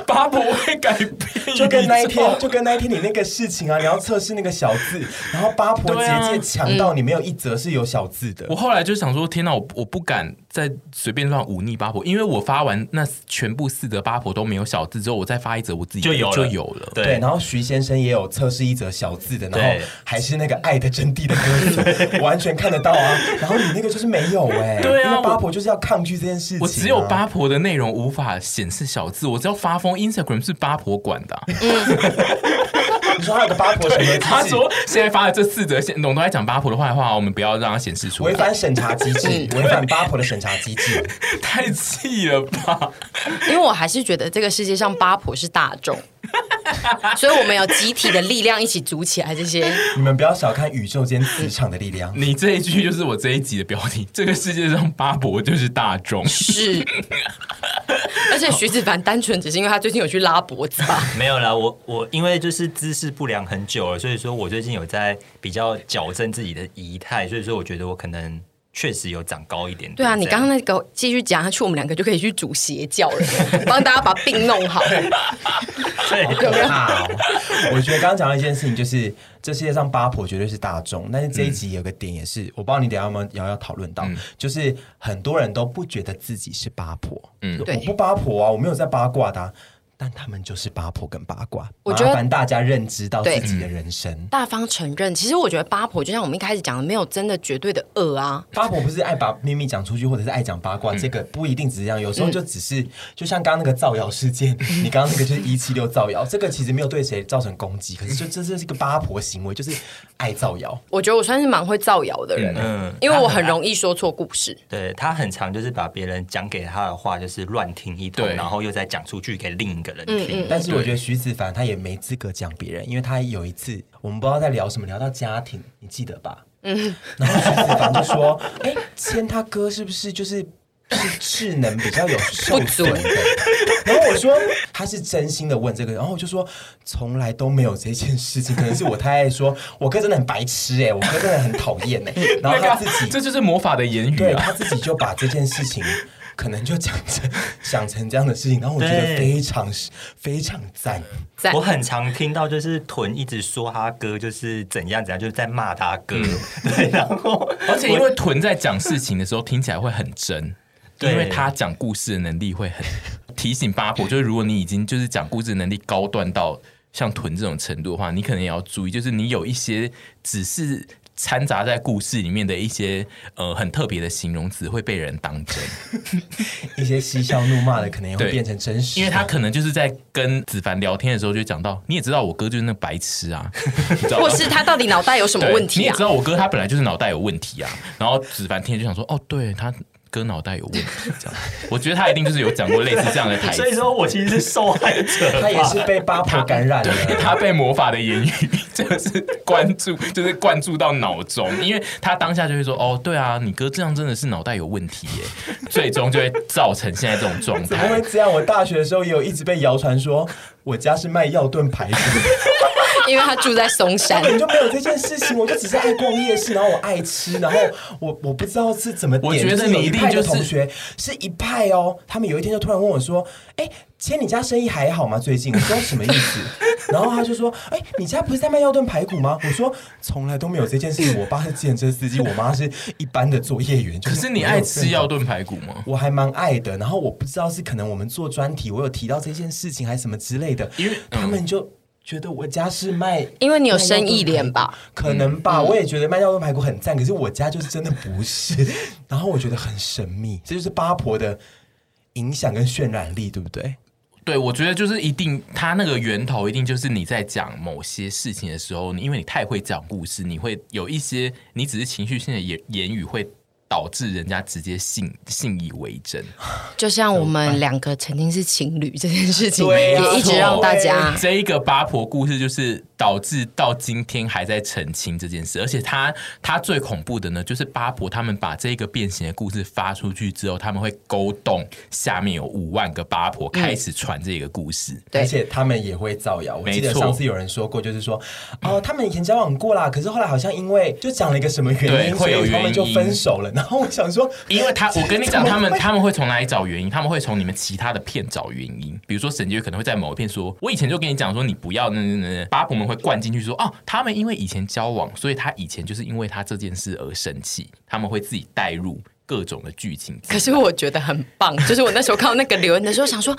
八婆会改变， 就跟那一天，就跟那一天你那个事情啊，你要测试那个小字，然后八婆对啊结界强到你没有一则是有小字的我。后来就想说，天哪，我我不敢再随便乱忤逆八婆，因为我发完那全部四则八婆都没有小字之后，我再发一则我自己的就有了就有了。对对，然后徐先生也有测试一则小字的，然对后还是那个爱的真谛的歌词，完全看得到啊。然后你那个就是没有哎、对啊因为八我婆就是要抗拒这件事情、啊我只有，啊八婆的内容无法显示小字，我只要发疯，Instagram 是八婆管的啊、 你说还有个八婆什么？他说现在发的这四则，现总都在讲八婆的坏话，我们不要让它显示 出违来，反审查机 制，违反八婆的审查机制。太气了吧？ 因为我还是觉得这个世界上八婆是大 众，所以我们有集体的力量一起组起来这些。你们不要小看宇宙间磁场的力量。你这一句就是我这一集的标题，这个世界上八婆就是大众。 是，而且徐子凡单纯只是因为他最近有去拉脖子吧？没有啦，我我因为就是姿势不良很久了，所以说我最近有在比较矫正自己的仪态，所以说我觉得我可能确实有长高一点点。对啊，你这样刚刚那个继续讲下去，我们两个就可以去主邪教了， 帮大家把病弄好。对有没有？好，我觉得刚刚讲到一件事情，就是这世界上八婆绝对是大众，但是这一集有个点也是，我不知道你等一下有没有要要讨论到，就是很多人都不觉得自己是八婆，嗯，哦对我不八婆啊，我没有在八卦的啊、但他们就是八婆跟八卦。我觉得麻烦大家认知到对自己的人生。大方承认，其实我觉得八婆就像我们一开始讲的，没有真的绝对的恶啊。八婆不是爱把秘密讲出去，或者是爱讲八卦，这个不一定只是这样，有时候就只是、就像刚刚那个造谣事件，你刚刚那个就是一七六造谣，这个其实没有对谁造成攻击，可是就这这是一个八婆行为，就是爱造谣。我觉得我算是蛮会造谣的人、嗯嗯 因为我很容易说错故事。对他很常就是把别人讲给他的话就是乱听一通，对然后又再讲出去给另一个人听。但是我觉得徐子凡他也没资格讲别人，因为他有一次我们不知道在聊什么，聊到家庭，你记得吧？嗯。然后徐子凡就说：“哎、签他哥是不是就是？”是智能比较有受损的，然后我说他是真心的问这个，然后我就说从来都没有这件事情，可能是我太爱说我哥真的很白痴哎、我哥真的很讨厌哎，然后他自己啊这就是魔法的言语 对啊！他自己就把这件事情。可能就讲成想成这样的事情，然后我觉得对非常非常赞，在我很常听到，就是屯一直说他哥就是怎样怎样，就是在骂他哥。对，然后而且因为屯在讲事情的时候听起来会很真，对因为他讲故事的能力会很提醒八婆，就是如果你已经就是讲故事的能力高段到像屯这种程度的话，你可能也要注意，就是你有一些只是。掺杂在故事里面的一些呃很特别的形容词会被人当真，一些嬉笑怒骂的可能也会对变成真实的，因为他可能就是在跟子凡聊天的时候就讲到，你也知道我哥就是那白痴啊，你知道 吗或是他到底脑袋有什么对问你题也啊知？道我哥他本来就是脑袋有问题啊。然后子凡听了就想说，哦，对他哥脑袋有问题，这样。我觉得他一定就是有讲过类似这样的台词所以，说我其实是受害 者他也是被八婆感染对 了。他被魔法的言语就是关注， 就是灌注到脑中，因为他当下就会说，哦，对啊，你哥这样真的是脑袋有问题耶，最终就会造成现在这种状怎么会态。这样？我大学的时候也有一直被谣传说我家是卖药炖排骨的，因为他住在松山根，本就没有这件事情。 我就只是爱逛夜市，然后我爱吃，然后我我不知道是怎么点。我觉得就是有你一定派的就是同学是一派哦，他们有一天就突然问我说：“哎、姐，你家生意还好吗？最近？”我说什么意思？ 然后他就说：“哎、你家不是在卖药炖排骨吗？”我说：“从来都没有这件事情。我爸是计程车司机，我妈是一般的作业员。就可是是你没有爱任吃何药炖排骨吗？我还蛮爱的。然后我不知道是可能我们做专题，我有提到这件事情还是什么之类的，因为嗯他们就觉得我家是卖， 因为你有生意脸吧？嗯可能吧，我也觉得卖药炖排骨很赞，可是我家就是真的不是。然后我觉得很神秘，这就是八婆的影响跟渲染力，对不对？对，我觉得就是一定，它那个源头一定就是你在讲某些事情的时候，你因为你太会讲故事，你会有一些你只是情绪性的言言语会。导致人家直接信信以为真，就像我们两个曾经是情侣这件事情，对啊也一直让大家这一个八婆故事就是导致到今天还在澄清这件事，而且他他最恐怖的呢，就是八婆他们把这个变形的故事发出去之后，他们会勾动下面有五万个八婆开始传这个故事，对而且他们也会造谣。我记得没错上次有人说过，就是说，哦，他们以前交往过啦，可是后来好像因为就讲了一个什么原对因，所会有以他们原就因分手了。然后我想说，因为他，我跟你讲，怎么他们会他们会从哪里找原因？他们会从你们其他的片找原因。比如说沈杰可能会在某一片说，我以前就跟你讲说你不要那那那，那八婆们会灌进去说，哦，他们因为以前交往，所以他以前就是因为他这件事而生气，他们会自己带入各种的剧情。可是我觉得很棒， 就是我那时候看到那个留言的时候，想说。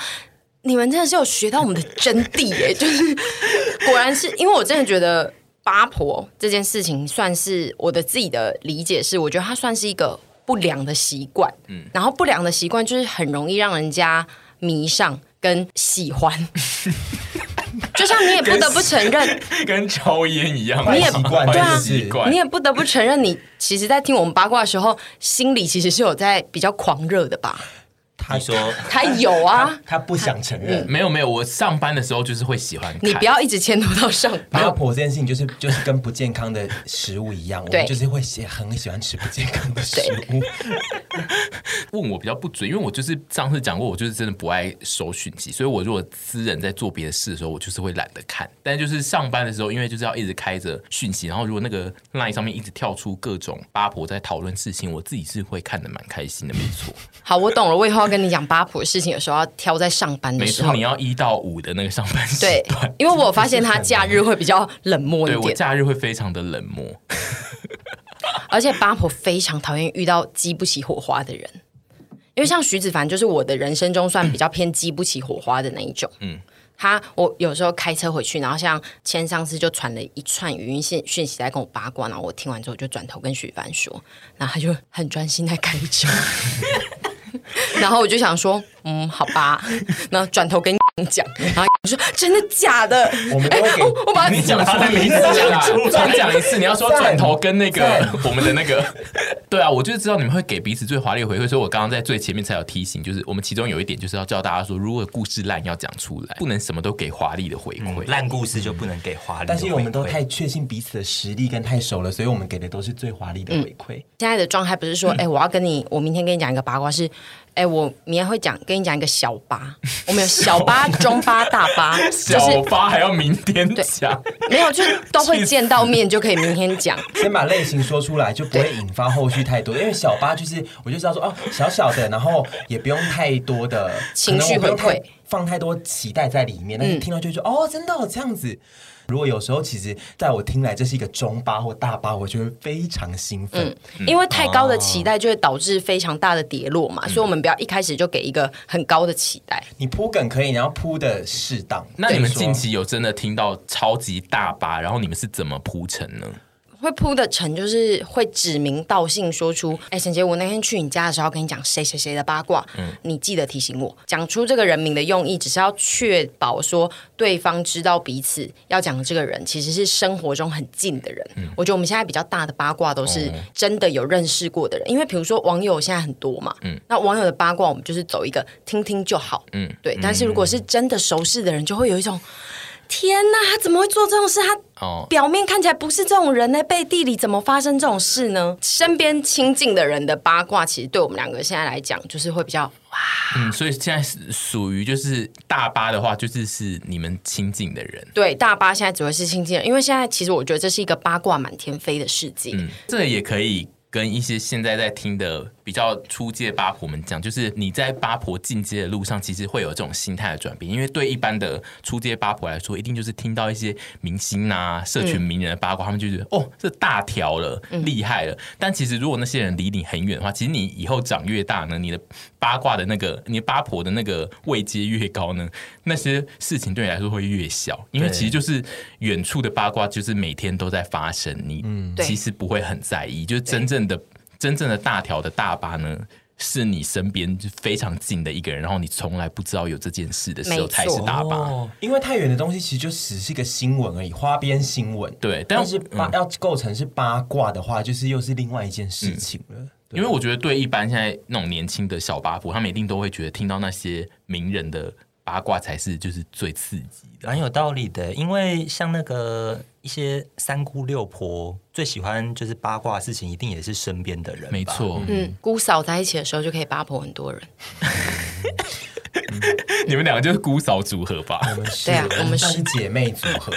你们真的是有学到我们的真谛耶！ 就是果然是因为我真的觉得八婆这件事情，算是我的自己的理解是，我觉得它算是一个不良的习惯。嗯，然后不良的习惯就是很容易让人家迷上跟喜欢，就像你也不得不承认，跟抽烟一样，你也坏习惯对啊坏习惯你也不得不承认，你其实，在听我们八卦的时候，心里其实是有在比较狂热的吧？他你说他有啊，他不想承嗯认。没有没有，我上班的时候就是会喜欢看。你不要一直牵拖到上班。八婆这件事情就是就是跟不健康的食物一样，我对们就是会喜很喜欢吃不健康的食物。问我比较不准，因为我就是上次讲过，我就是真的不爱收讯息，所以我如果私人在做别的事的时候，我就是会懒得看。但就是上班的时候，因为就是要一直开着讯息，然后如果那个 line 上面一直跳出各种八婆在讨论事情，我自己是会看得蛮开心的，没错，好，我懂了，我以后要跟你讲八婆的事情，有时候要挑在上班的没时错，候你。要一到五的那个上班时对 段，，因为我发现他假日会比较冷漠对一我点，假日会非常的冷漠，而且八婆非常讨厌遇到激不起火花的人。因为像徐子凡就是我的人生中算比较偏激不起火花的那一种。嗯，他我有时候开车回去，然后像千上司就传了一串语音信讯息来跟我八卦，然后我听完之后就转头跟徐凡说，然后他就很专心在开车， 然后我就想说，嗯，好吧，然后转头跟讲，然后我说真的假的？我们都会给哦我把它你讲他他的的名名字字啦讲出来，重讲一次，你要说赞转头跟那个赞我们的那个，对啊，我就是知道你们会给彼此最华丽的回馈，所以我刚刚在最前面才有提醒，就是我们其中有一点就是要教大家说，如果故事烂要讲出来，不能什么都给华丽的回 嗯馈。烂故事就不能给华丽的回馈，但是因为我们都太确信彼此的实力跟太熟了，所以我们给的都是最华丽的嗯回馈。现在的状态不是说，哎、我要跟你，我明天跟你讲一个八卦，是，哎、我明天会讲跟你讲一个小八，我们有小八、中八、大八，就小是八还要明天讲，没有，就是都会见到面就可以明天讲。先把类型说出来，就不会引发后续太多。因为小八就是我就知道说哦，小小的，然后也不用太多的情绪回馈，嗯可能我不用太放太多期待在里面。但是听到就会说、哦，真的、哦、这样子。如果有时候其实在我听来这是一个中八或大八，我就会非常兴奋。嗯因为太高的期待就会导致非常大的跌落嘛，所以我们不要一开始就给一个很高的期待。你铺梗可以，你要铺的适当。那你们就是说近期有真的听到超级大八，然后你们是怎么铺陈呢？会铺的成就是会指名道姓说出，哎，沈杰，我那天去你家的时候跟你讲谁谁谁的八卦，你记得提醒我。讲出这个人名的用意，只是要确保说对方知道彼此要讲的这个人其实是生活中很近的人。我觉得我们现在比较大的八卦都是真的有认识过的人，因为比如说网友现在很多嘛，那网友的八卦我们就是走一个听听就好，嗯，对。但是如果是真的熟识的人，就会有一种。天呐，他怎么会做这种事？他哦表面看起来不是这种人呢，背地里怎么发生这种事呢？身边亲近的人的八卦，其实对我们两个现在来讲，就是会比较嗯，所以现在是属于就是大八的话，就是是你们亲近的人。对大巴现在只会是亲近人，因为现在其实我觉得这是一个八卦满天飞的世界。嗯，这也可以跟一些现在在听的比较初阶八婆们讲，就是你在八婆进阶的路上，其实会有这种心态的转变，因为对一般的初阶八婆来说，一定就是听到一些明星啊、社群名人的八卦，他们就觉得哦，这大条了，厉害了。但其实如果那些人离你很远的话，其实你以后长越大呢，你的八卦的那个，你的八婆的那个位阶越高呢，那些事情对你来说会越小，因为对其实就是远处的八卦，就是每天都在发生，你对其实不会很在意。就是真正的、真正的大条的大巴呢，是你身边就非常近的一个人，然后你从来不知道有这件事的时候没错才是大巴。哦因为太远的东西其实就只是一个新闻而已，花边新闻。对但但是八、要构成是八卦的话，就是又是另外一件事情了。对因为我觉得对一般现在那种年轻的小八婆，他们一定都会觉得听到那些名人的八卦才是就是最刺激的。蛮有道理的，因为像那个一些三姑六婆最喜欢就是八卦的事情，一定也是身边的人吧，没错，嗯，姑嫂在一起的时候就可以八婆很多人。你们两个就是姑嫂组合吧？我们是对啊我们是是姐妹组合。